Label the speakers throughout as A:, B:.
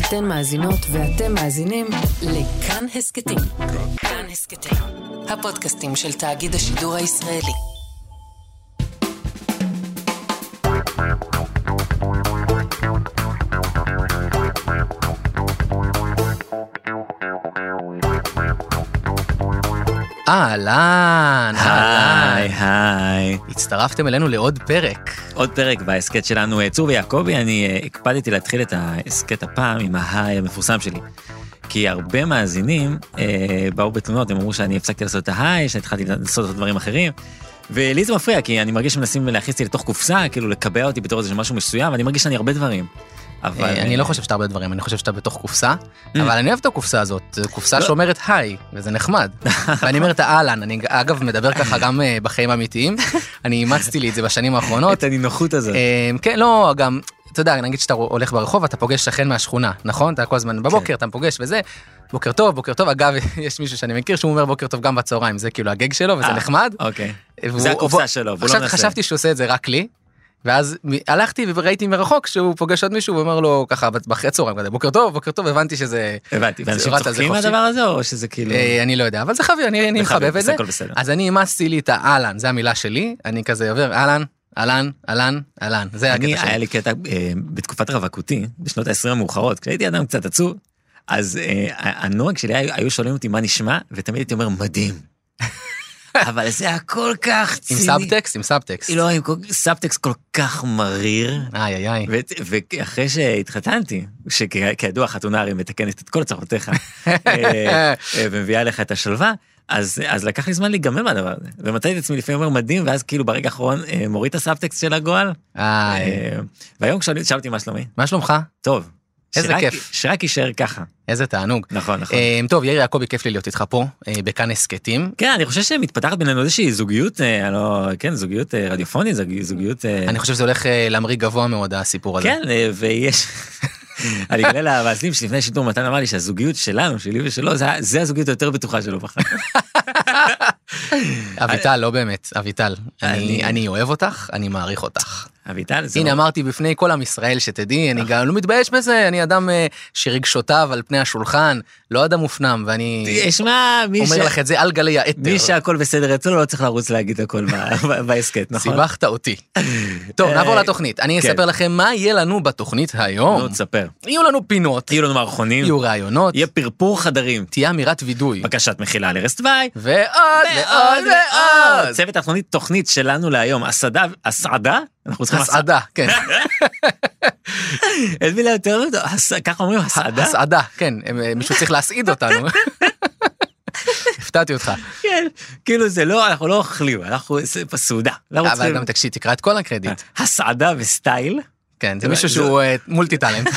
A: אתן מאזינות ואתם מאזינים לכאן הסכתים. כאן הסכתים, הפודקאסטים של תאגיד השידור הישראלי. אהלן,
B: היי,
C: אה.
B: היי.
A: הצטרפתם אלינו לעוד פרק.
B: עוד פרק בהסכת שלנו, אה, צור ויעקבי, אני אה, הקפדתי להתחיל את ההסכת הפעם עם ההיי המפורסם שלי. כי הרבה מאזינים אה, באו בתלונות, הם אמרו שאני הפסקתי לעשות את ההיי, שהתחלתי לעשות את דברים אחרים. ולי זה מפריע, כי אני מרגיש שמנסים להכניס אותי לתוך קופסה, כאילו לקבע אותי בתור איזה משהו מסוים, ואני מרגיש שאני הרבה דברים. אבל...
C: אה, אני
B: אה,
C: לא חושב שאתה הרבה דברים, אני חושב שאתה בתוך קופסה,
B: Mm.
C: אבל אני אוהב את הקופסה הזאת, זו קופסה
B: לא.
C: שאומרת היי, וזה נחמד. ואני אומר את האהלן, אני אגב מדבר ככה גם אה, בחיים האמיתיים, אני אימצתי לי את זה בשנים האחרונות.
B: את הנינוחות הזאת.
C: אה, כן, לא, גם, אתה יודע, נגיד שאתה הולך ברחוב, אתה פוגש שכן מהשכונה, נכון? אתה כל הזמן
B: כן.
C: בבוקר, אתה פוגש וזה, בוקר טוב, בוקר טוב. אגב, יש מישהו שאני מכיר שהוא אומר בוקר טוב גם בצהריים, זה כאילו הגג שלו, וזה
B: אה,
C: נחמד.
B: אוקיי.
C: והוא-
B: זה
C: והוא-
B: הקופסה שלו, והוא לא
C: עכשיו
B: מנסה.
C: חשבתי שהוא עושה את זה רק לי. ואז מ- הלכתי וראיתי מרחוק שהוא פוגש עוד מישהו ואומר לו ככה בת- אחרי צהריים כזה בוקר טוב בוקר טוב הבנתי שזה
B: הבנתי. ואנשים
C: צורת הזה
B: צוחקים
C: חופשי.
B: מהדבר הזה, או שזה כאילו...
C: אה, אני לא יודע אבל זה חביב אני אני
B: זה חביב,
C: מחבב את זה
B: הכל בסדר.
C: אז אני אימצתי לי את האהלן זה המילה שלי אני כזה עובר אהלן אהלן אהלן אהלן זה
B: אני,
C: הקטע
B: היה
C: שלי.
B: לי קטע אה, בתקופת רווקותי, בשנות ה-20 המאוחרות, כשהייתי אדם קצת עצוב, אז אה, ה- הנוהג שלי, היה- היו שואלים אותי מה נשמע, ותמיד הייתי אומר, מדהים. אבל זה היה כל כך
C: עם
B: ציני.
C: סאבטקסט עם סאבטקסט.
B: לא, עם כל- סאבטקסט כל כך מריר.
C: איי איי איי.
B: ו- ואחרי שהתחתנתי, שכידוע חתונה הרי מתקנת את כל צרותיך, אה, אה, ומביאה לך את השלווה, אז, אז לקח לי זמן להיגמל מהדבר הזה. ומצאתי את עצמי לפעמים אומר מדהים, ואז כאילו ברגע האחרון אה, מוריד את הסאבטקסט של הגועל,
C: איי.
B: אה, והיום כשאני שאלתי מה שלומי,
C: מה שלומך
B: טוב.
C: איזה
B: שרק-
C: כיף.
B: שרק יישאר ככה.
C: איזה תענוג.
B: נכון, נכון.
C: אה, טוב יאיר יעקבי כיף לי להיות איתך פה אה, בכאן הסכתים
B: כן, אני חושב שמתפתחת בינינו איזושהי זוגיות, אה, לא, כן, זוגיות אה, רדיופונית, זוג- זוגיות... אה,
C: אני חושב שזה הולך אה, להמריא גבוה מאוד הסיפור הזה.
B: כן, אה, ויש... אני אגלה למאזינים שלפני השידור מתן אמר לי שהזוגיות שלנו, שלי ושלו, זה ה- זה הזוגיות היותר בטוחה שלו בחיים.
C: אביטל, לא באמת, אביטל. אני-
B: אני-
C: אני אוהב אותך, אני מעריך אותך.
B: אביטל, זה...
C: הנה,
B: לא- אה.
C: אמרתי בפני כל עם ישראל, שתדעי, אני גם לא מתבייש בזה, אני אדם אה, שרגשותיו על פני השולחן, לא אדם מופנם, ואני
B: תשמע, מי
C: אומר
B: ש-
C: לך את זה על גלי האתר. נכון.
B: מי שהכל בסדר אצלו לא צריך לרוץ להגיד הכל ב- ב- בהסכת, נכון?
C: סיבכת אותי. טוב,
B: אה,
C: נעבור לתוכנית. אני
B: כן.
C: אספר לכם מה יהיה לנו בתוכנית היום.
B: נו, תספר.
C: יהיו לנו פינות,
B: יהיו לנו מערכונים,
C: יהיו ראיונות,
B: יהיה פרפור חדרים,
C: תהיה אמירת וידוי,
B: בקשת מחילה על ערש דווי,
C: ועוד ועוד ועוד.
B: צוות התוכנית, תוכנית שלנו להיום, הסעדה, הסעדה? אנחנו צריכים הסעדה.
C: הסעדה, כן.
B: אין מילה יותר לא יודעת, הס- ככה אומרים הסעדה?
C: הסעדה, כן, הם- מישהו צריך להסעיד אותנו. הפתעתי אותך.
B: כן. כאילו זה לא, אנחנו לא אוכלים, אנחנו זה בסעודה. אנחנו
C: אבל
B: צריכים
C: גם תקשיב, תקרא את כל הקרדיט.
B: הסעדה וסטייל,
C: כן, זה
B: זה-
C: מישהו
B: אה. זה-
C: שהוא מולטי טאלנט.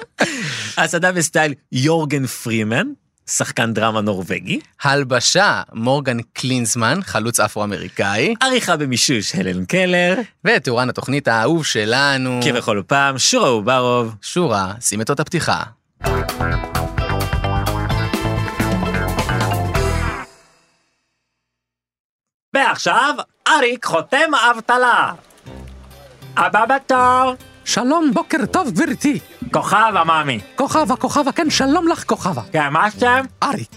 B: הסעדה וסטייל יורגן פרימן, שחקן דרמה נורבגי,
C: הלבשה, מורגן קלינזמן, חלוץ אפרו-אמריקאי,
B: עריכה במישוש הלן קלר,
C: ותאורן התוכנית האהוב שלנו,
B: כבכל פעם, שורה אוברוב.
C: שורה, שים את אות הפתיחה.
B: ועכשיו, אריק חותם אבטלה. הבא בתור,
C: שלום, בוקר טוב, גברתי.
B: כוכב עממי.
C: כוכבה, כוכבה, כן, שלום לך, כוכבה.
B: כן, מה שאתם?
C: אריק.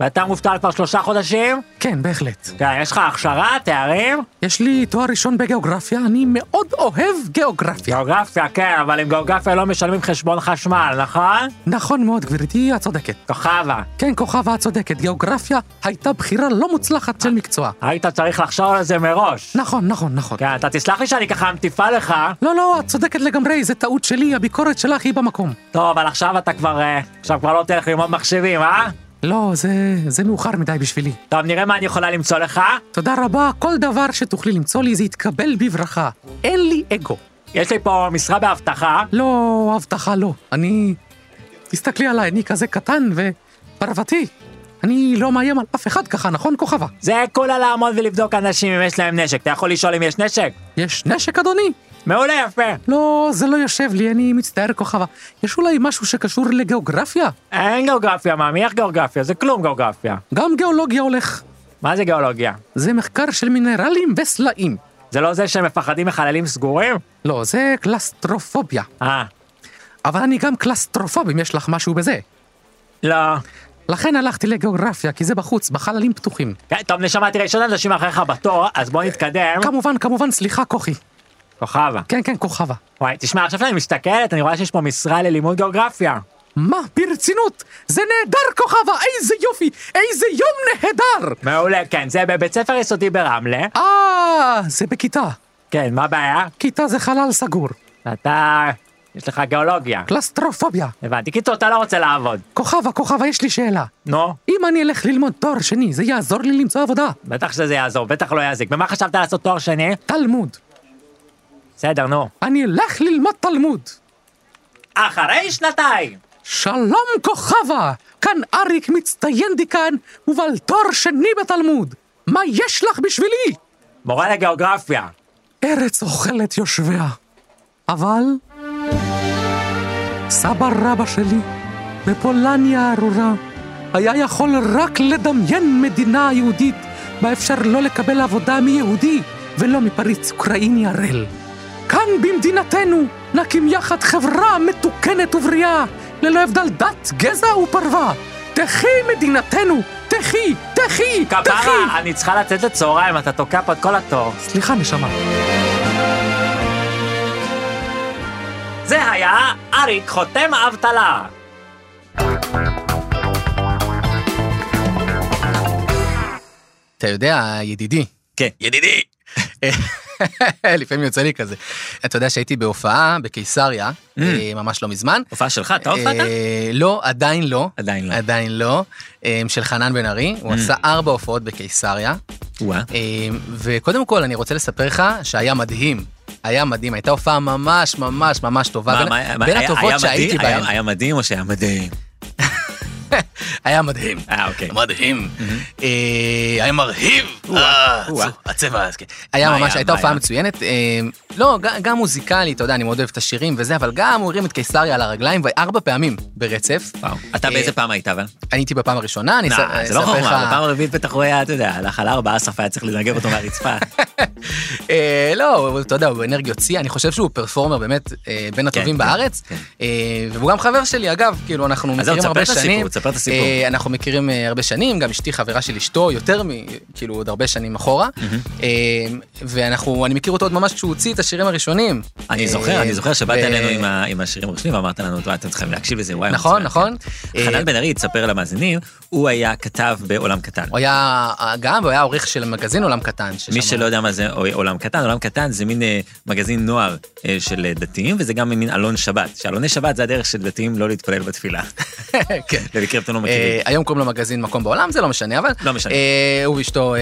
B: ואתה מובטל כבר שלושה חודשים?
C: כן, בהחלט.
B: כן, יש לך הכשרה, תארים?
C: יש לי תואר ראשון בגיאוגרפיה, אני מאוד אוהב גיאוגרפיה.
B: גיאוגרפיה, כן, אבל עם גיאוגרפיה לא משלמים חשבון חשמל, נכון?
C: נכון מאוד, גברתי, את צודקת.
B: כוכבה,
C: כן, כוכבה, את צודקת, גיאוגרפיה הייתה בחירה לא מוצלחת של מקצוע.
B: היית צריך לחשוב על זה מראש.
C: נכון, נכון, נכון.
B: כן, אתה תסלח לי שאני ככה מטיפה לך.
C: לא, לא, את צודקת לגמרי, זו טעות שלי, הביקורת שלך היא במקום.
B: טוב, אבל עכשיו אתה כבר... אה, עכשיו כבר לא תלך ללמוד מחשבים, אה?
C: לא, זה, זה מאוחר מדי בשבילי.
B: טוב, נראה מה אני יכולה למצוא לך.
C: תודה רבה, כל דבר שתוכלי למצוא לי זה יתקבל בברכה. אין לי אגו.
B: יש לי פה משרה באבטחה.
C: לא, הבטחה לא. אני... תסתכלי עליי, אני כזה קטן ופרוותי. אני לא מאיים על אף אחד ככה, נכון, כוכבה?
B: זה כולה לעמוד ולבדוק אנשים אם יש להם נשק. אתה יכול לשאול אם יש נשק?
C: יש נשק, אדוני?
B: מעולה, יפה.
C: לא, זה לא יושב לי, אני מצטער, כוכבה. יש אולי משהו שקשור לגיאוגרפיה?
B: אין גיאוגרפיה, מאמי, איך גיאוגרפיה? זה כלום גיאוגרפיה.
C: גם גיאולוגיה הולך.
B: מה זה גיאולוגיה?
C: זה מחקר של מינרלים וסלעים.
B: זה לא זה שהם מפחדים מחללים סגורים?
C: לא, זה קלסטרופוביה.
B: אה,
D: אבל אני גם קלסטרופוב, אם יש לך משהו בזה.
B: לא.
D: לכן הלכתי לגיאוגרפיה, כי זה בחוץ, בחללים פתוחים.
B: כן, טוב, נשמה, תראה, יש עוד אנשים אחריך בתור, אז בוא נתקדם.
D: כמובן, כמובן, סליחה, כוחי.
B: כוכבה.
D: כן, כן, כוכבה.
B: וואי, תשמע, עכשיו שאני מסתכלת, אני רואה שיש פה משרה ללימוד גיאוגרפיה.
D: מה, ברצינות? זה נהדר, כוכבה! איזה יופי! איזה יום נהדר!
B: מעולה, כן, זה בבית ספר יסודי ברמלה.
D: אה, זה בכיתה.
B: כן, מה הבעיה?
D: כיתה זה חלל סגור.
B: אתה... יש לך גיאולוגיה.
D: קלסטרופוביה.
B: הבנתי. קיצור, אתה לא רוצה לעבוד.
D: כוכבה, כוכבה, יש לי שאלה.
B: נו,
D: אם אני אלך ללמוד תואר שני, זה יעזור לי למצוא עבודה.
B: בטח שזה יעזור, בטח לא יזיק. במה חשבת לעשות תואר שני?
D: תלמוד.
B: בסדר, נו.
D: אני אלך ללמוד תלמוד.
B: אחרי שנתיים!
D: שלום כוכבה! כאן אריק מצטיין דיקן, ובעל תואר שני בתלמוד. מה יש לך בשבילי?
B: מורה לגיאוגרפיה.
D: ארץ אוכלת יושביה. אבל... סבא רבא שלי, בפולניה הארורה, היה יכול רק לדמיין מדינה יהודית, בה אפשר לא לקבל עבודה מיהודי ולא מפריץ אוקראיני הראל. כאן במדינתנו נקים יחד חברה מתוקנת ובריאה, ללא הבדל דת, גזע ופרווה. תחי מדינתנו, תחי, תחי, תחי!
B: כפרה, אני צריכה לצאת לצהריים, אתה תוקע פה את כל התור.
D: סליחה, נשמה.
B: זה היה אריק חותם אבטלה.
C: אתה יודע, ידידי,
B: כן, ידידי.
C: לפעמים יוצא לי כזה. אתה יודע שהייתי בהופעה בקיסריה, אה, ממש לא מזמן.
B: Mm. הופעה שלך, אתה הופעת?
C: אה, לא, עדיין לא.
B: עדיין לא. Mm.
C: עדיין לא. אה, של חנן בן ארי, הוא עשה ארבע הופעות בקיסריה.
B: וואה.
C: אה, וקודם כל, אני רוצה לספר לך שהיה מדהים. היה מדהים, הייתה הופעה ממש ממש ממש טובה.
B: מה,
C: בין-
B: מה, מה,
C: בין
B: היה- היה
C: הטובות שהייתי
B: מדהים-
C: בהן.
B: היה- היה מדהים או שהיה מדהים?
C: היה מדהים.
B: אה, אוקיי. Mm-hmm.
C: מדהים. אה, היה מרהיב. אה, הצבע. אז כן. היה
B: מה
C: ממש,
B: היה?
C: הייתה
B: מה
C: הופעה
B: היה?
C: מצוינת. אה, לא, ג- גם מוזיקלית, אתה יודע, אני מאוד אוהב את השירים וזה, אבל גם הוא הרים את קיסריה על הרגליים, וארבע פעמים ברצף.
B: וואו. אתה
C: אה,
B: באיזה פעם היית, אבל?
C: אני הייתי בפעם הראשונה, אני אס-
B: נא, זה לא
C: אספר לך...
B: חוכמה, בפעם הרביעית בטח הוא היה, אתה יודע, הלך על ארבע, אסף היה צריך לנגב אותו מהרצפה.
C: אה, לא, הוא- אתה יודע, הוא אנרגיות שיא, אני חושב שהוא פרפורמר באמת אה, בין
B: כן,
C: הטובים
B: כן,
C: בארץ.
B: כן.
C: אה, והוא גם חבר שלי, אגב, כאילו, אנחנו
B: אז זהו,
C: מכירים
B: תספר
C: הרבה
B: את הסיפור,
C: שנים.
B: תספר את הסיפור.
C: אה, אנחנו מכירים אה, הרבה שנים, גם אשתי חברה של אשתו, יותר מ... כאילו, עוד הרבה שנים אחורה. אה, ואנחנו, אני מכיר אותו עוד ממש כשהוא הוציא את השירים הראשונים.
B: אני
C: אה,
B: זוכר, אני זוכר שבאת
C: ו-
B: אלינו עם ה- עם השירים הראשונים ואמרת לנו, "וואי, אתם צריכים להקשיב לזה, וואי.
C: נכון,
B: מצוין." כן.
C: נכון. אה,
B: חנן בן ארי, תספר למאזינים, הוא היה כתב בעולם קטן.
C: הוא היה אה, גם, והוא היה עורך של מגזין עולם קטן. ששם
B: מי שלא יודע מה זה אוי, עולם קטן, עולם קטן זה מין אה, מגזין נוער אה, של אה, דתיים, וזה גם מין עלון שבת, שעלוני שבת זה הדרך של דתיים לא להתפלל בתפילה.
C: כן.
B: במקרה אתם לא
C: אה,
B: מכירים.
C: היום קוראים לו מגזין מקום בעולם, זה לא משנה, אבל...
B: לא משנה.
C: אה, הוא ואשתו אה,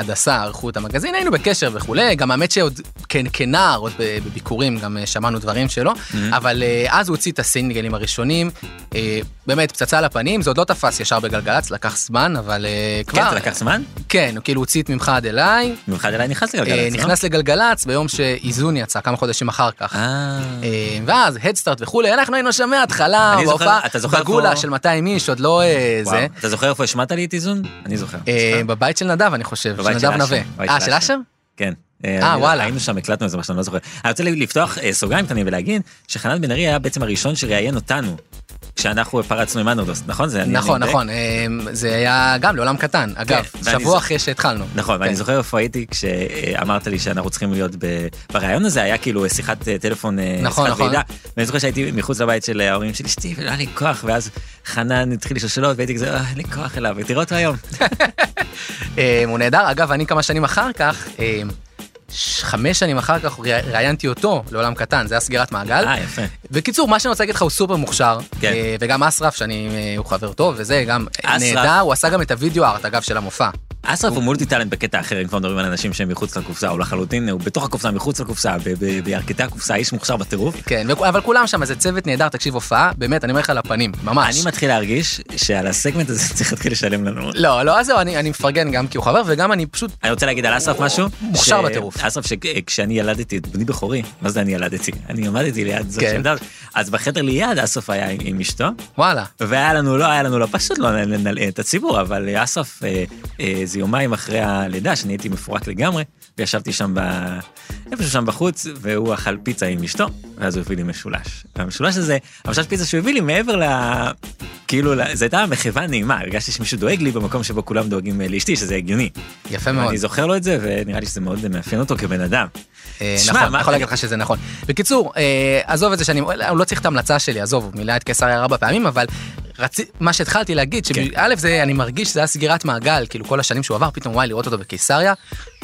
C: הדסה ערכו את המגזין, היינו בקשר וכולי, גם האמת שעוד כן- כנער, עוד ב- בביקורים, גם אה, שמענו דברים שלו, אבל אה, אז הוא הוציא את הסינגלים הראשונים, אה, באמת, פצצה על הפנים, זה עוד לא תפס ישר בגלגלצ, לקח זמן, אבל אה, כבר...
B: כן, זה לקח זמן?
C: כן, הוא כאילו הוציא את ממך עד אליי,
B: במיוחד אליי נכנס
C: אה,
B: לגלגלצ, לא?
C: נכנס לגלגלצ ביום שאיזון יצא, כמה חודשים אחר כך.
B: אה,
C: אה, ואז הדסטארט וכולי, אנחנו היינו שם מההתחלה,
B: אני זוכר-
C: בהופעה,
B: אתה זוכר
C: בגולה
B: איפה-
C: של 200 איש, עוד לא אה,
B: וואו.
C: זה.
B: אתה זוכר איפה השמעת לי את איזון? אני זוכר.
C: אה,
B: זוכר?
C: בבית של נדב, אני חושב, של
B: בבית של
C: נדב
B: אשר,
C: נווה.
B: בבית
C: אה,
B: של
C: של
B: אשר.
C: אשר?
B: כן.
C: אה,
B: אני-
C: וואלה.
B: היינו שם, הקלטנו איזה משהו, אני לא זוכר. אני רוצה לפתוח אה, סוגריים קטנים ולהגיד שחנן בן ארי היה בעצם הראשון שראיין אותנו, כשאנחנו פרצנו עם אנודוס, נכון? זה אני-
C: נכון,
B: אני-
C: נכון, אה, זה היה גם לעולם קטן, אגב,
B: ואני זוכר-
C: שבוע אחרי שהתחלנו.
B: נכון, ואני
C: כן.
B: זוכר איפה הייתי כשאמרת לי שאנחנו צריכים להיות ב- ברעיון הזה, היה כאילו שיחת אה, טלפון, אה,
C: נכון,
B: שיחת
C: נכון.
B: ועידה, ואני זוכר שהייתי מחוץ לבית של ההורים של אשתי, ולא היה לי כוח, ואז חנן התחיל לשאול שאלות, והייתי כזה, "אה, אין לי כוח אליו, ותראה אותו היום.
C: אה, הוא נהדר, אגב, אני כמה שנים אחר כך, אה, ש- חמש שנים אחר כך ראי- ראיינתי אותו לעולם קטן, זה היה סגירת מעגל.
B: אה, יפה.
C: בקיצור, מה שאני רוצה להגיד לך, הוא סופר מוכשר,
B: כן.
C: אה, וגם אסרף, שאני, אה, הוא חבר טוב, וזה גם אה,
B: אסרף.
C: נהדר, הוא עשה גם את הוידאו ארט, אגב, של המופע.
B: אסרף הוא מולטי טאלנט בקטע אחר, אם כבר מדברים על אנשים שהם מחוץ לקופסה, הוא לחלוטין, הוא בתוך הקופסה, מחוץ לקופסה, ב- ב- בירכתי הקופסה, איש מוכשר בטירוף.
C: כן, וכו- אבל כולם שם, זה צוות נהדר, תקשיב, הופעה, באמת, אני אומר לך על הפנים, ממש.
B: אני מתחיל להרגיש שעל הסגמנט הזה צריך להתחיל לשלם לנו.
C: לא, לא, אז זהו, אני, אני מפרגן גם כי הוא חבר, וגם אני פשוט...
B: אני רוצה להגיד על אסרף משהו.
C: מוכשר
B: ש-
C: בטירוף.
B: אסרף, שכשאני ילדתי את בני בכורי, מה זה אני ילדתי? אני עמדתי ליד זו
C: כן.
B: שעמדה, אז בחדר ליד אסרף היה עם- עם אשתו,
C: וואלה.
B: והיה לנו, לא היה לנו, לא פשוט לא נ- נלאה את הציבור, אבל אה, אסרף, אה, אה, זה יומיים אחרי הלידה, שאני הייתי מפורק לגמרי, וישבתי שם ב- איפשהו שם בחוץ, והוא אכל פיצה עם אשתו, ואז הוא הביא לי משולש. והמשולש הזה, המשולש פיצה שהוא הביא לי מעבר ל... כאילו, ל- זו הייתה מחווה נעימה, הרגשתי שמישהו דואג לי במקום שבו כולם דואגים אה, לאשתי, שזה הגיוני.
C: יפה מאוד.
B: אני זוכר לו את זה, ונראה לי שזה מאוד מאפיין אותו כבן אדם.
C: אה,
B: תשמע,
C: נכון,
B: מה-
C: אני יכול להגיד לך שזה נכון. בקיצור, אה, עזוב את זה שאני, הוא לא צריך את ההמלצה שלי, עזוב, הוא מילא את קיסריה ארבע פעמים, אבל רצי, מה שהתחלתי להגיד,
B: כן.
C: שא' זה, אני מרגיש שזה היה סגירת מעגל, כאילו כל השנים שהוא עבר, פתאום וואי, לראות אותו בקיסריה,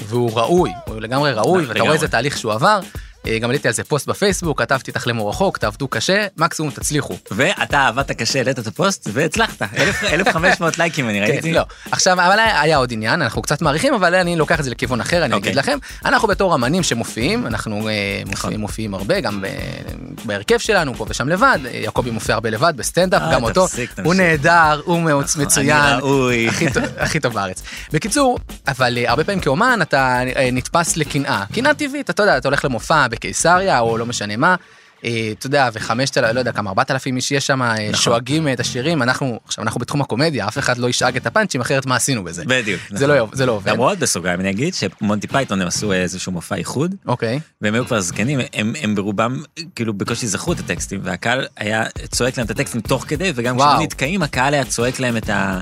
C: והוא ראוי, הוא לגמרי ראוי, ואתה
B: נכון, לגמרי.
C: רואה איזה תהליך שהוא עבר. אה, גם העליתי על זה פוסט בפייסבוק, כתבתי תחלמו רחוק, תעבדו קשה, מקסימום תצליחו.
B: ואתה עבדת קשה, העלית את הפוסט, והצלחת. אלף- 1,500 לייקים אני
C: כן,
B: ראיתי.
C: לא. עכשיו, אבל היה היה עוד עניין, אנחנו קצת מעריכים, אבל אני לוקח את זה לכיוון אחר, אני
B: אוקיי. נכון.
C: אגיד לכם. אנחנו בתור אמנים שמופיעים, אנחנו אה, מופיעים- מופיעים הרבה, גם ב- בהרכב שלנו, פה ושם לבד, אה, יעקבי מופיע הרבה לבד בסטנדאפ,
B: אה,
C: גם אותו.
B: תפסיק, תמשיך.
C: הוא נהדר, הוא מאוד
B: נכון,
C: מצוין.
B: אני ראוי.
C: הכי טוב- הכי טוב בארץ. בקיצור, אבל אה, הרבה פעמים כאומן אתה אה, נתפס לקנאה. קנאה טבעית, אתה יודע, אתה הולך למופע בקיסריה, או לא משנה מה. אה, אתה יודע, וחמשת אלפים, לא יודע כמה, ארבעת אלפים איש יש שם, אה,
B: נכון.
C: שואגים אה, את השירים, אנחנו, עכשיו אנחנו בתחום הקומדיה, אף אחד לא ישאג את הפאנצ'ים, אחרת מה עשינו בזה?
B: בדיוק.
C: זה
B: נכון.
C: לא יעב- זה לא עובד.
B: למרות בסוגריים אני אגיד שמונטי פייתון הם עשו איזשהו מופע איחוד
C: אוקיי.
B: והם היו כבר זקנים הם, הם ברובם כאילו בקושי זכרו את הטקסטים והקהל היה צועק להם את הטקסטים תוך כדי וגם
C: וואו.
B: כשהם נתקעים הקהל היה צועק להם את, ה,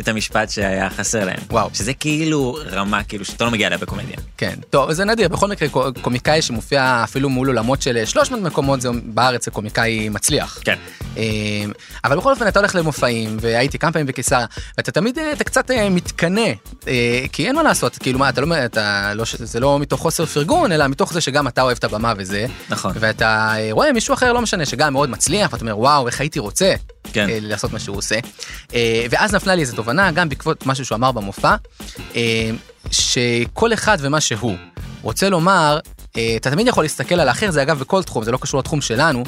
B: את המשפט שהיה חסר להם
C: וואו.
B: שזה כאילו רמה כאילו שאתה לא מגיע אליה בקומדיה.
C: כן, טוב, זה נדיר, בכל מקרה קו- קומיקאי שמופיע אפילו מול אולמות של 300 מקומות, זה בארץ זה קומיקאי מצליח.
B: כן.
C: אה, אבל בכל אופן אתה הולך למופעים, והייתי כמה פעמים בקיסריה, ואתה תמיד, אה, אתה קצת אה, מתקנא, אה, כי אין מה לעשות, כאילו מה, אתה לא, אתה לא, זה לא מתוך חוסר פרגון, אלא מתוך זה שגם אתה אוהב את הבמה וזה,
B: נכון.
C: ואתה אה, רואה מישהו אחר, לא משנה, שגם מאוד מצליח, ואתה אומר, וואו, איך הייתי רוצה
B: כן.
C: אה, לעשות מה שהוא עושה. אה, ואז נפלה לי איזו תובנה, גם בעקבות משהו שהוא אמר במופע, אה, שכל אחד ומה שהוא רוצה לומר, אה, אתה תמיד יכול להסתכל על האחר, זה אגב בכל תחום, זה לא קשור לתחום שלנו,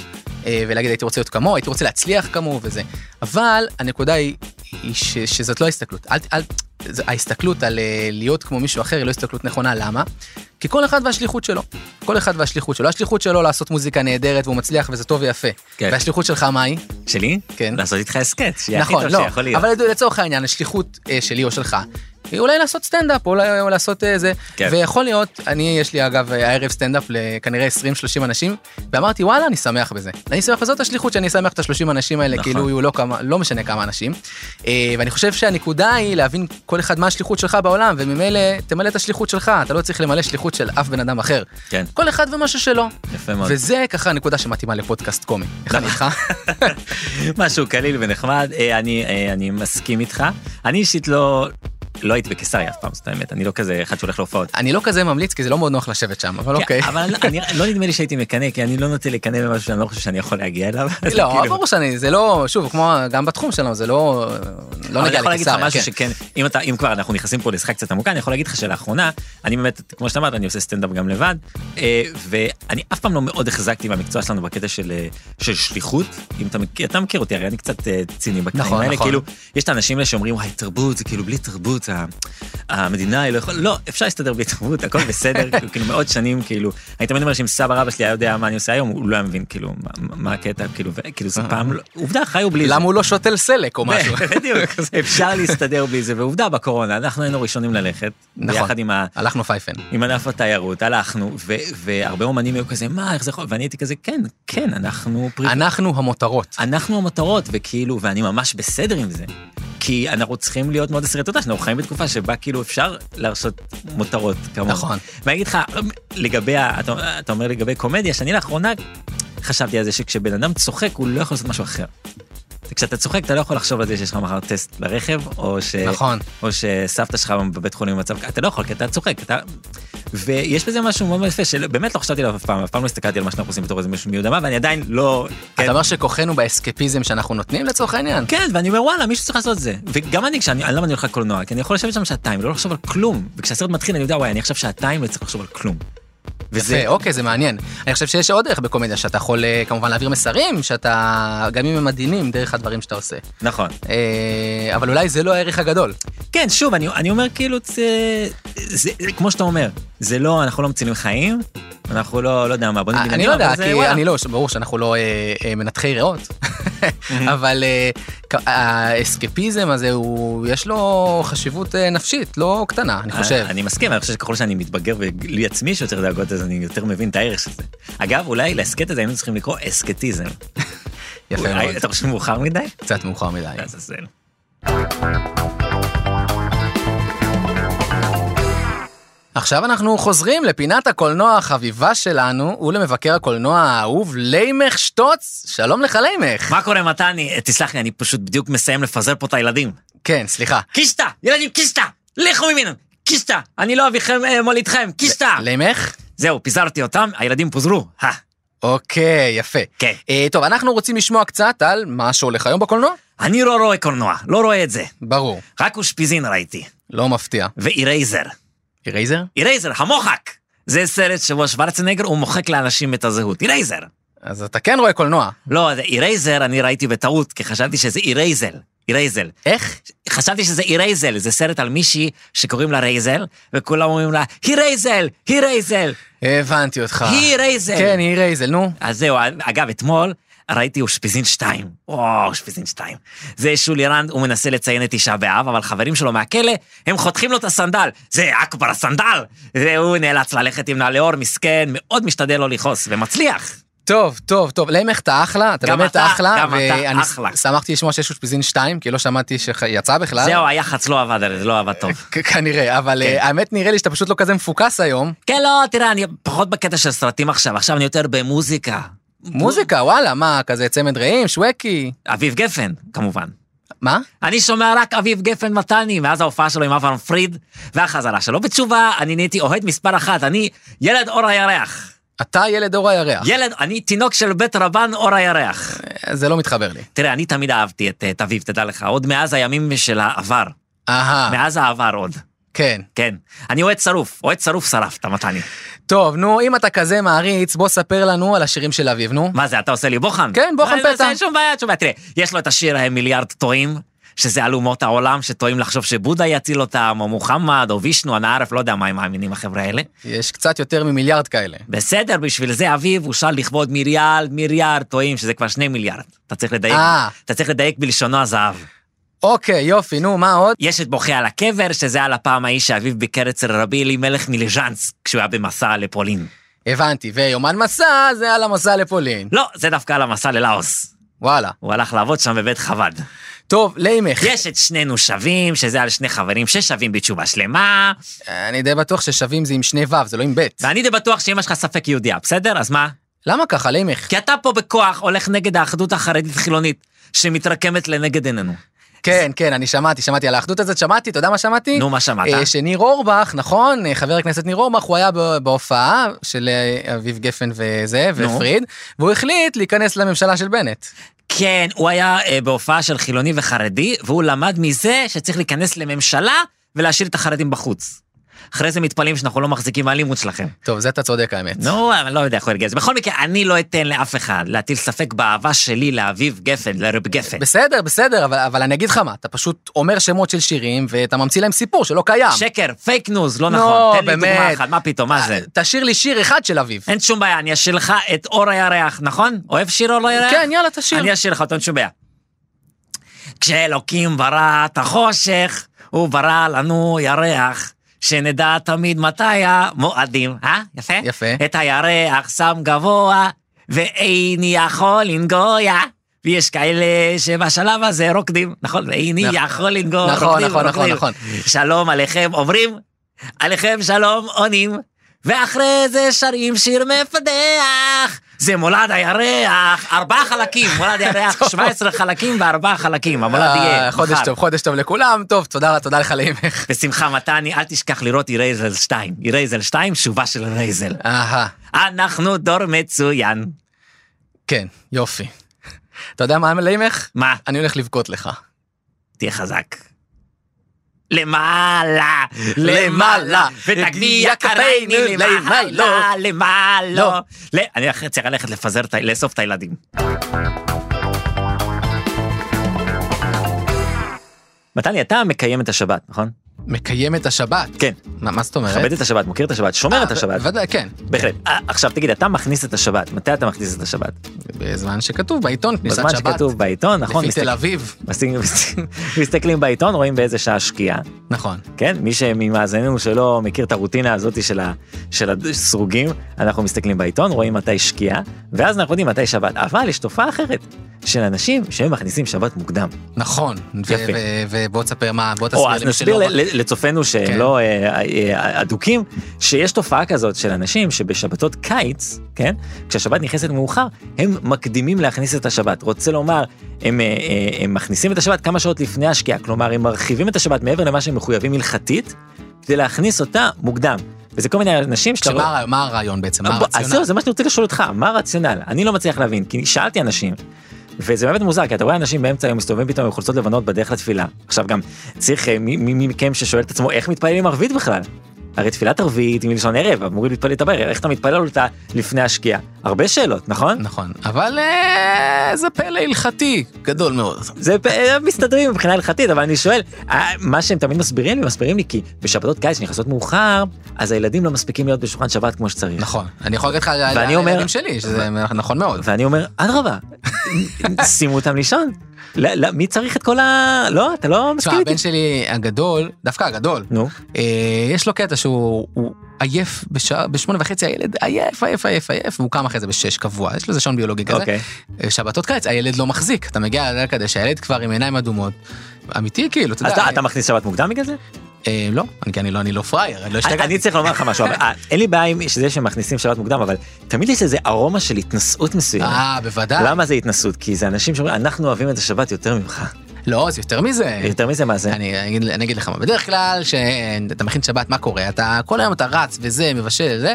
C: אה, ולהגיד הייתי רוצה להיות כמוהו, הייתי רוצה להצליח כמוהו וזה. אבל הנקודה היא, היא ש, שזאת לא הסתכלות. אל, אל, זה- ההסתכלות על אה, להיות כמו מישהו אחר היא לא הסתכלות נכונה, למה? כי כל אחד והשליחות שלו. כל אחד והשליחות שלו. השליחות שלו לעשות מוזיקה נהדרת והוא מצליח וזה טוב ויפה.
B: כן.
C: והשליחות שלך מה היא?
B: שלי?
C: כן.
B: לעשות איתך הסכת שיהיה הכי
C: נכון,
B: טוב
C: לא,
B: שיכול להיות.
C: אבל לצורך העניין, השליחות אה, שלי או שלך, היא אולי לעשות סטנדאפ, או אולי או לעשות אה, זה,
B: כן.
C: ויכול להיות, אני, יש לי אגב אה, הערב סטנדאפ לכנראה 20-30 אנשים, ואמרתי, וואלה, אני שמח בזה. אני שמח בזאת השליחות שאני אשמח את ה-30 אנשים האלה,
B: נכון.
C: כאילו יהיו לא, כמה, לא משנה כמה אנשים. אה, ואני חושב שהנקודה היא להבין כל אחד מה השליחות שלך בעולם, וממילא תמלא את השליחות שלך, אתה לא צריך למלא שליחות של אף בן אדם אחר.
B: כן.
C: כל אחד ומשהו שלו.
B: יפה מאוד. נכון.
C: וזה ככה הנקודה שמתאימה לפודקאסט קומי. איך אני איתך?
B: משהו קליל ונחמד, אה, אני, אה, אני מסכים איתך. אני אישית לא, לא הייתי בקיסריה אף פעם, זאת האמת, אני לא כזה אחד שהולך להופעות.
C: אני לא כזה ממליץ, כי זה לא מאוד נוח לשבת שם, אבל אוקיי.
B: כן, אבל אני, לא נדמה לי שהייתי מקנא, כי אני לא נוטה לקנא במשהו שאני לא חושב שאני יכול להגיע אליו. אז
C: לא,
B: כאילו-
C: ברור שאני, זה לא, שוב, כמו גם בתחום שלנו, זה לא, לא נגיע
B: אבל אני יכול להגיד לך
C: לקיסריה,
B: משהו
C: כן.
B: שכן, אם אתה, אם כבר אנחנו נכנסים פה לשיחה קצת עמוקה, אני יכול להגיד לך שלאחרונה, אני באמת, כמו שאמרת, אני עושה סטנדאפ גם לבד, אה, ואני אף פעם לא מאוד החזקתי במקצוע שלנו בקטע של, אה, של שליחות. אם אתה מכיר, אתה מכיר אותי, הרי אני קצת אה, ציני בקטעים
C: נכון,
B: האלה,
C: נכון.
B: כאילו, יש את האנשים האלה שאומרים, וואי, תרבות, זה כאילו בלי תרבות, ה- המדינה היא לא יכולה, לא, אפשר להסתדר בלי תרבות, הכל בסדר, כאילו מאות שנים, כאילו, אני תמיד אומר שאם סבא רבא שלי היה יודע מה אני עושה היום, הוא לא היה מבין, כאילו, מה- מה הקטע, כאילו, ו- כאילו, זה פעם, לא- עובדה, חיו בלי זה.
C: למה הוא לא שותל סלק או משהו?
B: בדיוק, אפשר להסתדר בלי זה, ועובדה בקורונה, אנחנו היינו ראשונים ללכת,
C: נכון.
B: ביחד עם ה...
C: הלכנו פייפן.
B: עם ענף התיירות, הלכנו, ו- והרבה אומנים היו כזה, מה, איך זה יכול? ואני הייתי כזה, כן, כן, אנחנו פרי...
C: אנחנו המותרות.
B: אנחנו המטרות, וכאילו, ואני ממש בסדר עם זה. כי אנחנו צריכים להיות מאוד אסירי תודה, שאנחנו חיים בתקופה שבה כאילו אפשר להרשות מותרות כמונו.
C: נכון.
B: ואני אגיד לך, לגבי, ה- אתה, אתה אומר לגבי קומדיה, שאני לאחרונה חשבתי על זה שכשבן אדם צוחק, הוא לא יכול לעשות משהו אחר. כשאתה צוחק, אתה לא יכול לחשוב על זה שיש לך מחר טסט ברכב, או, ש...
C: נכון.
B: או שסבתא שלך בבית חולים במצב, אתה לא יכול, כי אתה צוחק, אתה... ויש בזה משהו מאוד יפה, שבאמת לא חשבתי עליו אף פעם, אף פעם לא הסתכלתי על מה שאנחנו עושים בתור איזה מישהו מי יודע מה, ואני עדיין לא... כן,
C: אתה אומר שכוחנו באסקפיזם שאנחנו נותנים לצורך העניין?
B: כן, ואני אומר, וואלה, מישהו צריך לעשות את זה. וגם אני, לא כשאני, למה אני הולך לקולנוע? כי אני יכול לשבת שם שעתיים ולא לחשוב על כלום. וכשהסרט מתחיל, אני יודע, וואי, אני עכשיו שעתיים לא צריך לחשוב על כלום. וזה,
C: יפה, אוקיי, זה מעניין. אני חושב שיש עוד דרך בקומדיה, שאתה יכול אה, כמובן להעביר מסרים, שאתה, גם אם הם עדינים, דרך הדברים שאתה עושה.
B: נכון.
C: אה, אבל אולי זה לא הערך הגדול.
B: כן, שוב, אני, אני אומר, כאילו, זה, זה, זה, כמו שאתה אומר, זה לא, אנחנו לא מצילים חיים, אנחנו לא, לא יודע מה, בוא נגיד,
C: אני לא
B: אבל
C: יודע,
B: זה,
C: כי
B: וואלה.
C: אני לא, ברור שאנחנו לא אה, אה, מנתחי ריאות, אבל אה, כ- האסקפיזם הזה, הוא, יש לו חשיבות אה, נפשית לא קטנה, אני חושב.
B: אה, אני מסכים, אני חושב שככל שאני מתבגר ולי עצמי יש יותר דאגות, אז אני יותר מבין את הערך של זה. אגב, אולי להסכת הזה היינו צריכים לקרוא אסקטיזם.
C: יפה
B: אולי,
C: מאוד,
B: אתה חושב מאוחר מדי? לא,
C: קצת מאוחר מדי.
B: לעזאזל.
C: עכשיו אנחנו חוזרים לפינת הקולנוע החביבה שלנו ולמבקר הקולנוע האהוב לימך שטוץ. שלום לך לימך.
B: מה קורה, מתני? אה, תסלח לי, אני פשוט בדיוק מסיים לפזר פה את הילדים.
C: כן, סליחה.
B: קישטה! ילדים, קישטה! לכו ממנו! קישטה! אני לא אביכם אה, מולידכם, קישטה!
C: לימך?
B: זהו, פיזרתי אותם, הילדים פוזרו. הא.
C: אוקיי, יפה.
B: כן.
C: אה, טוב, אנחנו רוצים לשמוע קצת על מה שהולך היום בקולנוע?
B: אני לא רואה קולנוע, לא רואה את זה.
C: ברור,
B: רק אושפיזין ראיתי.
C: לא מפתיע.
B: ואירייזר.
C: אירייזר?
B: אירייזר, המוחק! זה סרט שבו שוורצנגר הוא מוחק לאנשים את הזהות. אירייזר!
C: אז אתה כן רואה קולנוע.
B: לא, זה אירייזר אני ראיתי בטעות, כי חשבתי שזה אירייזל. אירייזל.
C: איך?
B: חשבתי שזה אירייזל, זה סרט על מישהי שקוראים לה רייזל, וכולם אומרים לה, היא רייזל! היא רייזל!
C: הבנתי אותך.
B: היא רייזל!
C: כן, היא רייזל, נו.
B: אז זהו, אגב, אתמול ראיתי אושפיזין 2. וואו, אושפיזין 2. זה שולי רנד, הוא מנסה לציין את תשעה באב, אבל חברים שלו מהכלא, הם חותכים לו את הסנדל. זה אכבר הסנדל! והוא נאלץ ללכת עם נעלי אור, מסכן, מאוד משתדל לא לכעוס, ומצליח.
C: טוב, טוב, טוב. לימך אתה אחלה, אתה
B: גם
C: באמת
B: אתה,
C: אחלה.
B: גם אתה
C: ואני
B: אחלה.
C: שמחתי לשמוע שיש אושפיזין 2, כי לא שמעתי שיצא בכלל.
B: זהו, היח"צ לא עבד עליו, זה לא עבד טוב.
C: כ- כנראה, אבל
B: כן.
C: אה, האמת נראה לי שאתה פשוט לא כזה מפוקס היום.
B: כן, לא, תראה, אני פחות בקטע של סרטים עכשיו, עכשיו אני יותר במוזיקה.
C: מוזיקה, וואלה, מה, כזה צמד רעים, שווקי,
B: אביב גפן, כמובן.
C: מה?
B: אני שומע רק אביב גפן מתני, מאז ההופעה שלו עם אברהם פריד, והחזרה שלו. בתשובה, אני נהייתי אוהד מספר אחת, אני ילד אור הירח.
C: אתה ילד אור הירח.
B: ילד, אני תינוק של בית רבן אור הירח.
C: אה, זה לא מתחבר לי.
B: תראה, אני תמיד אהבתי את, את אביב, תדע לך, עוד מאז הימים של העבר.
C: אהה,
B: מאז העבר עוד.
C: כן.
B: כן. אני אוהד שרוף, אוהד שרוף שרפת, מתני.
C: טוב, נו, אם אתה כזה מעריץ, בוא ספר לנו על השירים של אביב, נו.
B: מה זה, אתה עושה לי בוחן?
C: כן, בוחן
B: אה,
C: פתע.
B: אין שום בעיה, אין שום בעיה. תראה, יש לו את השיר אה, מיליארד טועים, שזה על אומות העולם, שטועים לחשוב שבודה יציל אותם, או מוחמד, או וישנו, הנערף, לא יודע מה הם מאמינים החבר'ה האלה.
C: יש קצת יותר ממיליארד כאלה.
B: בסדר, בשביל זה אביב הוא שר לכבוד מיריארד, מיריארד, טועים, שזה כבר שני מיליארד. אתה צריך לדייק,
C: אה.
B: אתה צריך לדייק בלשונו הזהב.
C: אוקיי, יופי, נו, מה עוד?
B: יש את בוכה על הקבר, שזה על הפעם ההיא שאביו ביקר אצל רבי אלימלך מליז'אנס, כשהוא היה במסע לפולין.
C: הבנתי, ויומן מסע זה על המסע לפולין.
B: לא, זה דווקא על המסע ללאוס.
C: וואלה.
B: הוא הלך לעבוד שם בבית חב"ד.
C: טוב, לימך,
B: יש את שנינו שווים, שזה על שני חברים ששווים בתשובה שלמה,
C: אני די בטוח ששווים זה עם שני ו', זה לא עם ב'.
B: ואני די בטוח שאמא שלך ספק יהודייה, בסדר? אז מה?
C: למה ככה, לימך?
B: כי אתה פה בכוח הולך נגד האחדות החרדית-חילונית, שמתרקמת לנגד עינינו.
C: כן, כן, אני שמעתי, שמעתי על האחדות הזאת, שמעתי, אתה יודע מה שמעתי?
B: נו, מה שמעת?
C: אה, שניר אורבך, נכון, אה, חבר הכנסת ניר אורבך, הוא היה ב- בהופעה של אה, אביב גפן וזה,
B: נו.
C: ופריד, והוא החליט להיכנס לממשלה של בנט.
B: כן, הוא היה אה, בהופעה של חילוני וחרדי, והוא למד מזה שצריך להיכנס לממשלה ולהשאיר את החרדים בחוץ. אחרי זה מתפלאים שאנחנו לא מחזיקים מהלימוד שלכם.
C: טוב, זה אתה צודק האמת.
B: נו, אני לא יודע איך הוא ירגיע את זה. בכל מקרה, אני לא אתן לאף אחד להטיל ספק באהבה שלי לאביב גפן, לרב גפן.
C: בסדר, בסדר, אבל, אבל אני אגיד לך מה, אתה פשוט אומר שמות של שירים, ואתה ממציא להם סיפור שלא קיים.
B: שקר, פייק ניוז, לא
C: נו,
B: נכון. תן לי דוגמה
C: באמת. אה,
B: אחת, מה פתאום, מה זה?
C: תשאיר לי שיר אחד של אביב.
B: אין שום בעיה, אני אשאיר לך את אור הירח, נכון? אוהב שיר אור הירח?
C: כן, יאללה, תשאיר.
B: אני אשאיר לך אותו, אין שום בעיה. כשאלוקים ברא את החושך, הוא ברא לנו ירח, שנדע תמיד מתי המועדים. אה? יפה?
C: יפה.
B: את הירח שם גבוה, ואיני יכול לנגוע. ויש כאלה שבשלב הזה רוקדים, נכון? ואיני
C: נכון.
B: יכול לנגוע,
C: נכון,
B: רוקדים,
C: נכון,
B: רוקדים.
C: נכון,
B: שלום עליכם אומרים, עליכם שלום עונים, ואחרי זה שרים שיר מפדח. זה מולד הירח, ארבעה חלקים, מולד הירח, 17 חלקים וארבעה חלקים, המולד יהיה
C: אה, חודש
B: מחר.
C: טוב, חודש טוב לכולם, טוב, תודה, תודה לך לאימך.
B: בשמחה מתני, אל תשכח לראות אירייזל 2. אירייזל 2, שובה של אירייזל.
C: אהה,
B: אנחנו דור מצוין.
C: כן, יופי. אתה יודע מה לאימך?
B: מה?
C: אני הולך לבכות לך.
B: תהיה חזק. למעלה,
C: למעלה, כפינו
B: ותגביה קרני למעלה,
C: למעלה.
B: למעלה.
C: לא.
B: לא, אני אחרי- צריך ללכת לפזר, את ה- לאסוף את הילדים. מתני, אתה מקיים את השבת, נכון?
C: מקיים את השבת.
B: כן.
C: מה מה זאת אומרת?
B: מכבד את השבת, מוקיר את השבת, שומר את השבת.
C: ודאי, כן.
B: בהחלט. אה, עכשיו תגיד, אתה מכניס את השבת, מתי אתה מכניס את השבת?
C: בזמן שכתוב בעיתון, כניסת שבת.
B: בזמן שכתוב בעיתון, נכון?
C: לפי
B: מסתכל-
C: תל אביב.
B: מסתכל- מסתכלים בעיתון, רואים באיזה שעה שקיעה.
C: נכון.
B: כן, מי שממאזיננו שלא מכיר את הרוטינה הזאת של, ה, של הסרוגים, אנחנו מסתכלים בעיתון, רואים מתי שקיעה, ואז אנחנו יודעים מתי שבת. אבל יש תופעה אחרת של אנשים שהם מכניסים שבת מוקדם.
C: נכון. ו-
B: יפה.
C: ו- ובוא תספר מה, בוא תסביר
B: או אז
C: למי
B: נסביר
C: שלא-
B: ל- ל- לצופינו שהם
C: כן.
B: לא אה, אה, אדוקים, שיש תופעה כזאת של אנשים שבשבתות קיץ, כן, כשהשבת נכנסת מאוחר, הם מקדימים להכניס את השבת. רוצה לומר, הם, אה, אה, הם מכניסים את השבת כמה שעות לפני השקיעה, כלומר, הם מרחיבים את השבת מעבר למה שהם מחויבים הלכתית, כדי להכניס אותה מוקדם. וזה כל מיני אנשים שאתה... רואה-
C: שמה הר- מה הרעיון בעצם? מה
B: אה, בוא, אז זהו,
C: הרציונל?
B: זה מה שאני רוצה לשאול אותך, מה הרציונל? אני לא מצליח להבין, כי שאלתי אנשים, וזה באמת מוזר, כי אתה רואה אנשים באמצע היום מסתובבים פתאום עם חולצות לבנות בדרך לתפילה. עכשיו גם, צריך אה, מי מי- מי מכם ששואל את עצמו, איך מתפללים ערבית בכלל? הרי תפילת ערבית היא מלשון ערב, אמורים להתפלל את הבערב, איך אתה מתפלל אותה לפני השקיעה? הרבה שאלות, נכון?
C: נכון. אבל אה, זה פלא הלכתי גדול מאוד.
B: זה פ- אה, מסתדרים מבחינה הלכתית, אבל אני שואל, אה, מה שהם תמיד מסבירים לי, מסבירים לי כי בשבתות קיץ שנכנסות מאוחר, אז הילדים לא מספיקים להיות בשולחן שבת כמו שצריך.
C: נכון. אני יכול להגיד לך על
B: ואני אומר-
C: הילדים שלי, שזה נכון מאוד.
B: ואני אומר, אדרבה, שימו אותם לישון. לא, לא, מי צריך את כל ה... לא, אתה לא
C: תשמע,
B: מסכים איתי.
C: הבן שלי הגדול, דווקא הגדול,
B: נו,
C: אה, יש לו קטע שהוא הוא עייף בשעה, בשמונה וחצי הילד עייף, עייף, עייף, עייף, והוא קם אחרי זה בשש קבוע, יש לזה שעון ביולוגי כזה.
B: אוקיי.
C: אה, שבתות קיץ, הילד לא מחזיק, אתה מגיע לרגע כזה שהילד כבר עם עיניים אדומות. אמיתי כאילו, אתה
B: אז
C: יודע.
B: אתה-
C: אני-
B: אתה מכניס שבת מוקדם בגלל זה?
C: אה, לא, אני- כי אני לא- אני לא פראייר, אני לא
B: אני-
C: השתגעתי.
B: אני צריך לומר לך משהו, אבל, אה, אין לי בעיה עם זה שמכניסים שבת מוקדם, אבל תמיד יש איזה ארומה של התנשאות מסוימת.
C: אה, בוודאי.
B: למה זה התנשאות? כי זה אנשים שאומרים, אנחנו אוהבים את השבת יותר ממך.
C: לא, זה יותר מזה.
B: יותר מזה, מה זה?
C: אני אגיד, אני אגיד לך מה, בדרך כלל שאתה מכין שבת, מה קורה? אתה כל היום אתה רץ וזה, מבשל וזה,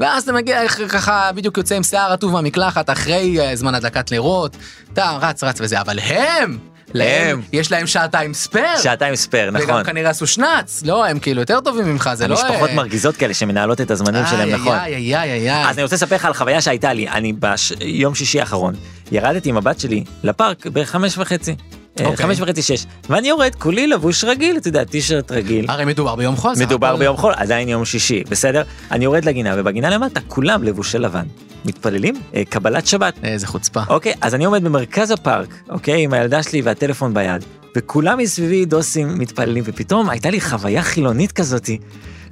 C: ואז אתה מגיע איך- ככה, בדיוק יוצא עם שיער רטוב מהמקלחת אחרי אה, זמן הדלקת נרות, אתה רץ רץ וזה, אבל הם, להם, יש להם שעתיים ספייר,
B: שעתיים ספייר,
C: וגם
B: נכון.
C: כנראה עשו שנץ, לא, הם כאילו יותר טובים ממך, זה לא...
B: המשפחות
C: אה,
B: מרגיזות כאלה שמנהלות את הזמנים שלהם, נכון.
C: איי, איי, איי, איי, איי.
B: אז אני רוצה לספר לך על חוויה שהייתה לי, אני ביום שישי האחרון, ירדתי עם הבת שלי לפארק בחמש וחצי, אה,
C: אוקיי.
B: חמש וחצי שש, ואני יורד כולי לבוש רגיל, אתה יודע, טישרט רגיל.
C: הרי מדובר ביום חול, סך
B: מדובר
C: אה, הכל.
B: ביום חול, עדיין יום שישי, בסדר? אני יורד לגינה, ובגינה למטה כולם לבושי לבן. מתפללים? אה, קבלת שבת.
C: איזה חוצפה.
B: אוקיי, אז אני עומד במרכז הפארק, אוקיי, עם הילדה שלי והטלפון ביד, וכולם מסביבי דוסים מתפללים, ופתאום הייתה לי חוויה חילונית כזאתי,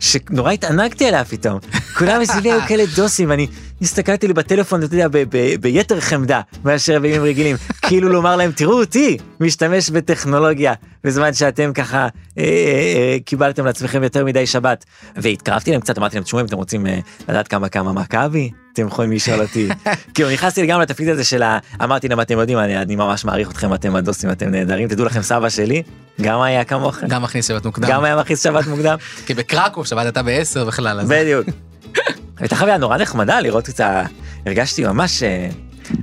B: שנורא התענגתי עליה פתאום. כולם מסביבי היו כאלה דוסים, אני הסתכלתי לי בטלפון, אתה יודע, ב- ב- ביתר חמדה מאשר בימים רגילים, כאילו לומר להם, תראו אותי, משתמש בטכנולוגיה, בזמן שאתם ככה אה, אה, אה, קיבלתם לעצמכם יותר מדי שבת. והתקרבתי אליהם קצת, אמרתי להם, תשמעו, אם אתם רוצים אה, לדעת כמה כמה מכבי, אתם יכולים לשאול אותי. כאילו נכנסתי לגמרי לתפקיד הזה של ה... אמרתי להם, אתם יודעים, אני, אני ממש מעריך אתכם, אתם הדוסים, אתם נהדרים, תדעו לכם, סבא שלי גם היה כמוכם,
C: גם מכניס שבת מוקדם.
B: גם היה מכניס שבת מוקדם,
C: כי בקרקוב שבת הייתה בעשר בכלל, אז
B: בדיוק. הייתה חוויה נורא נחמדה לראות את ה... הרגשתי ממש... אה,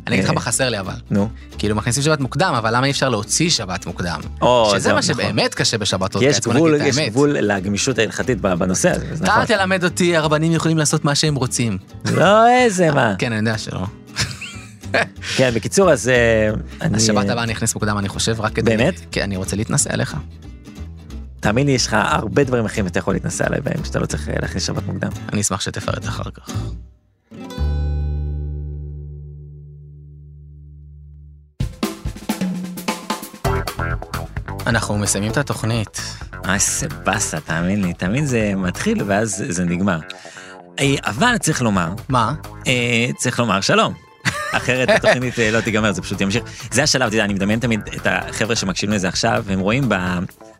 C: אני אגיד לך
B: אה,
C: מה חסר לי אבל.
B: נו.
C: כאילו מכניסים שבת מוקדם, אבל למה אי אפשר להוציא שבת מוקדם?
B: או,
C: שזה
B: זהו,
C: מה
B: נכון.
C: שבאמת קשה בשבתות.
B: כי יש
C: קיץ, בוא נגיד
B: גבול,
C: את
B: יש
C: האמת.
B: גבול לגמישות ההלכתית ב- בנושא הזה, זה נכון.
C: אתה תלמד אותי, הרבנים יכולים לעשות מה שהם רוצים.
B: לא איזה מה.
C: כן, אני יודע שלא.
B: כן, בקיצור, אז... אה, אני-
C: אז שבת הבאה אני אכניס מוקדם, אני חושב, רק כדי...
B: באמת?
C: כי אני רוצה להתנשא עליך.
B: תאמין לי, יש לך הרבה דברים אחרים שאתה יכול להתנסה עליי בהם, שאתה לא צריך אה, להכניס שבת מוקדם.
C: אני אשמח שתפרט אחר כך. אנחנו מסיימים את התוכנית.
B: אה, איזה באסה, תאמין לי. תמיד זה מתחיל ואז זה נגמר. אה, אבל צריך לומר,
C: מה?
B: אה, צריך לומר שלום. אחרת התוכנית אה, לא תיגמר, זה פשוט ימשיך. זה השלב, אתה יודע, אני מדמיין תמיד את החבר'ה שמקשיבים לזה עכשיו, והם רואים ב...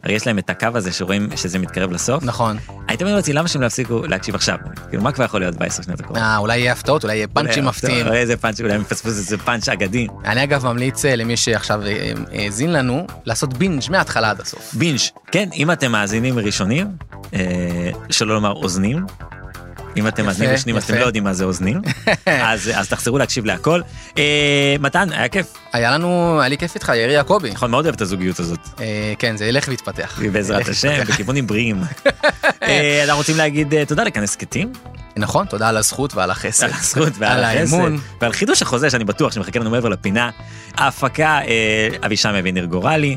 B: הרי יש להם את הקו הזה שרואים שזה מתקרב לסוף.
C: נכון.
B: אני תמיד אומר לעצמי, למה שהם לא יפסיקו להקשיב עכשיו? כאילו, מה כבר יכול להיות בעשר שניות הקרובות?
C: אה, אולי יהיה הפתעות, אולי יהיה פאנצ'ים
B: אולי-
C: מפתיעים.
B: אולי איזה פאנצ', אולי הם יפספסו איזה פאנצ' אגדי.
C: אני אגב ממליץ אה, למי שעכשיו אה, האזין לנו, לעשות בינג' מההתחלה עד הסוף.
B: בינג', כן, אם אתם מאזינים ראשונים, אה, שלא לומר אוזנים, אם אתם מאזינים ראשונים, אז אתם
C: יפה.
B: לא יודעים מה זה אוזנים, אז אז תחזרו להקשיב להכל. אה, מתן, היה כיף,
C: היה לנו, היה לי כיף איתך, יאיר יעקבי.
B: נכון, מאוד אוהב את הזוגיות הזאת,
C: אה, כן, זה ילך ויתפתח.
B: בעזרת
C: ילך
B: השם,
C: ויתפתח.
B: בכיוונים בריאים. אה, אנחנו רוצים להגיד אה, תודה לכאן הסכתים,
C: נכון, תודה על הזכות ועל החסד.
B: על הזכות ועל
C: על
B: החסד,
C: האמון.
B: ועל חידוש החוזה שאני בטוח שמחכה לנו מעבר לפינה. ההפקה, אה, אבישם אבינר גורלי,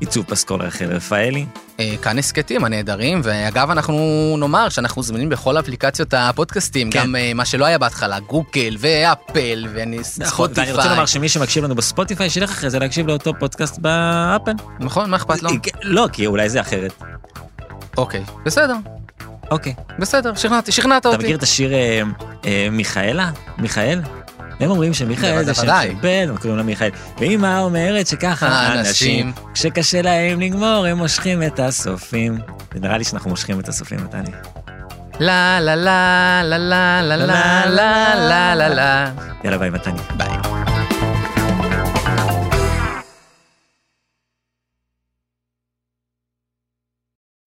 B: עיצוב פסקול רחל רפאלי,
C: אה, אה, כאן הסכתים הנהדרים, ואגב, אנחנו נאמר שאנחנו זמינים בכל אפליקציות הפודקאסטים,
B: כן.
C: גם אה, מה שלא היה בהתחלה, גוגל ואפל
B: נכון,
C: וספוטיפיי.
B: ואני רוצה לומר שמי שמקשיב לנו בספוטיפיי, שילך אחרי זה להקשיב לאותו פודקאסט באפל.
C: נכון, מה אכפת לו?
B: לא, כי אולי זה אחרת.
C: אוקיי, בסדר,
B: אוקיי.
C: בסדר, שכנעתי, שכנעת
B: אתה
C: אותי.
B: מכיר את השיר אה, אה, מיכאלה? מיכאל? הם אומרים שמיכאל זה שם
C: בוודאי.
B: של בן, הם קוראים לה מיכאל. ואמא אומרת שככה
C: האנשים.
B: אנשים, כשקשה להם לגמור, הם מושכים את הסופים. נראה לי שאנחנו מושכים את הסופים, נתני.
C: לה לה לה לה לה לה לה לה לה לה
B: יאללה ביי, מתני.
C: ביי.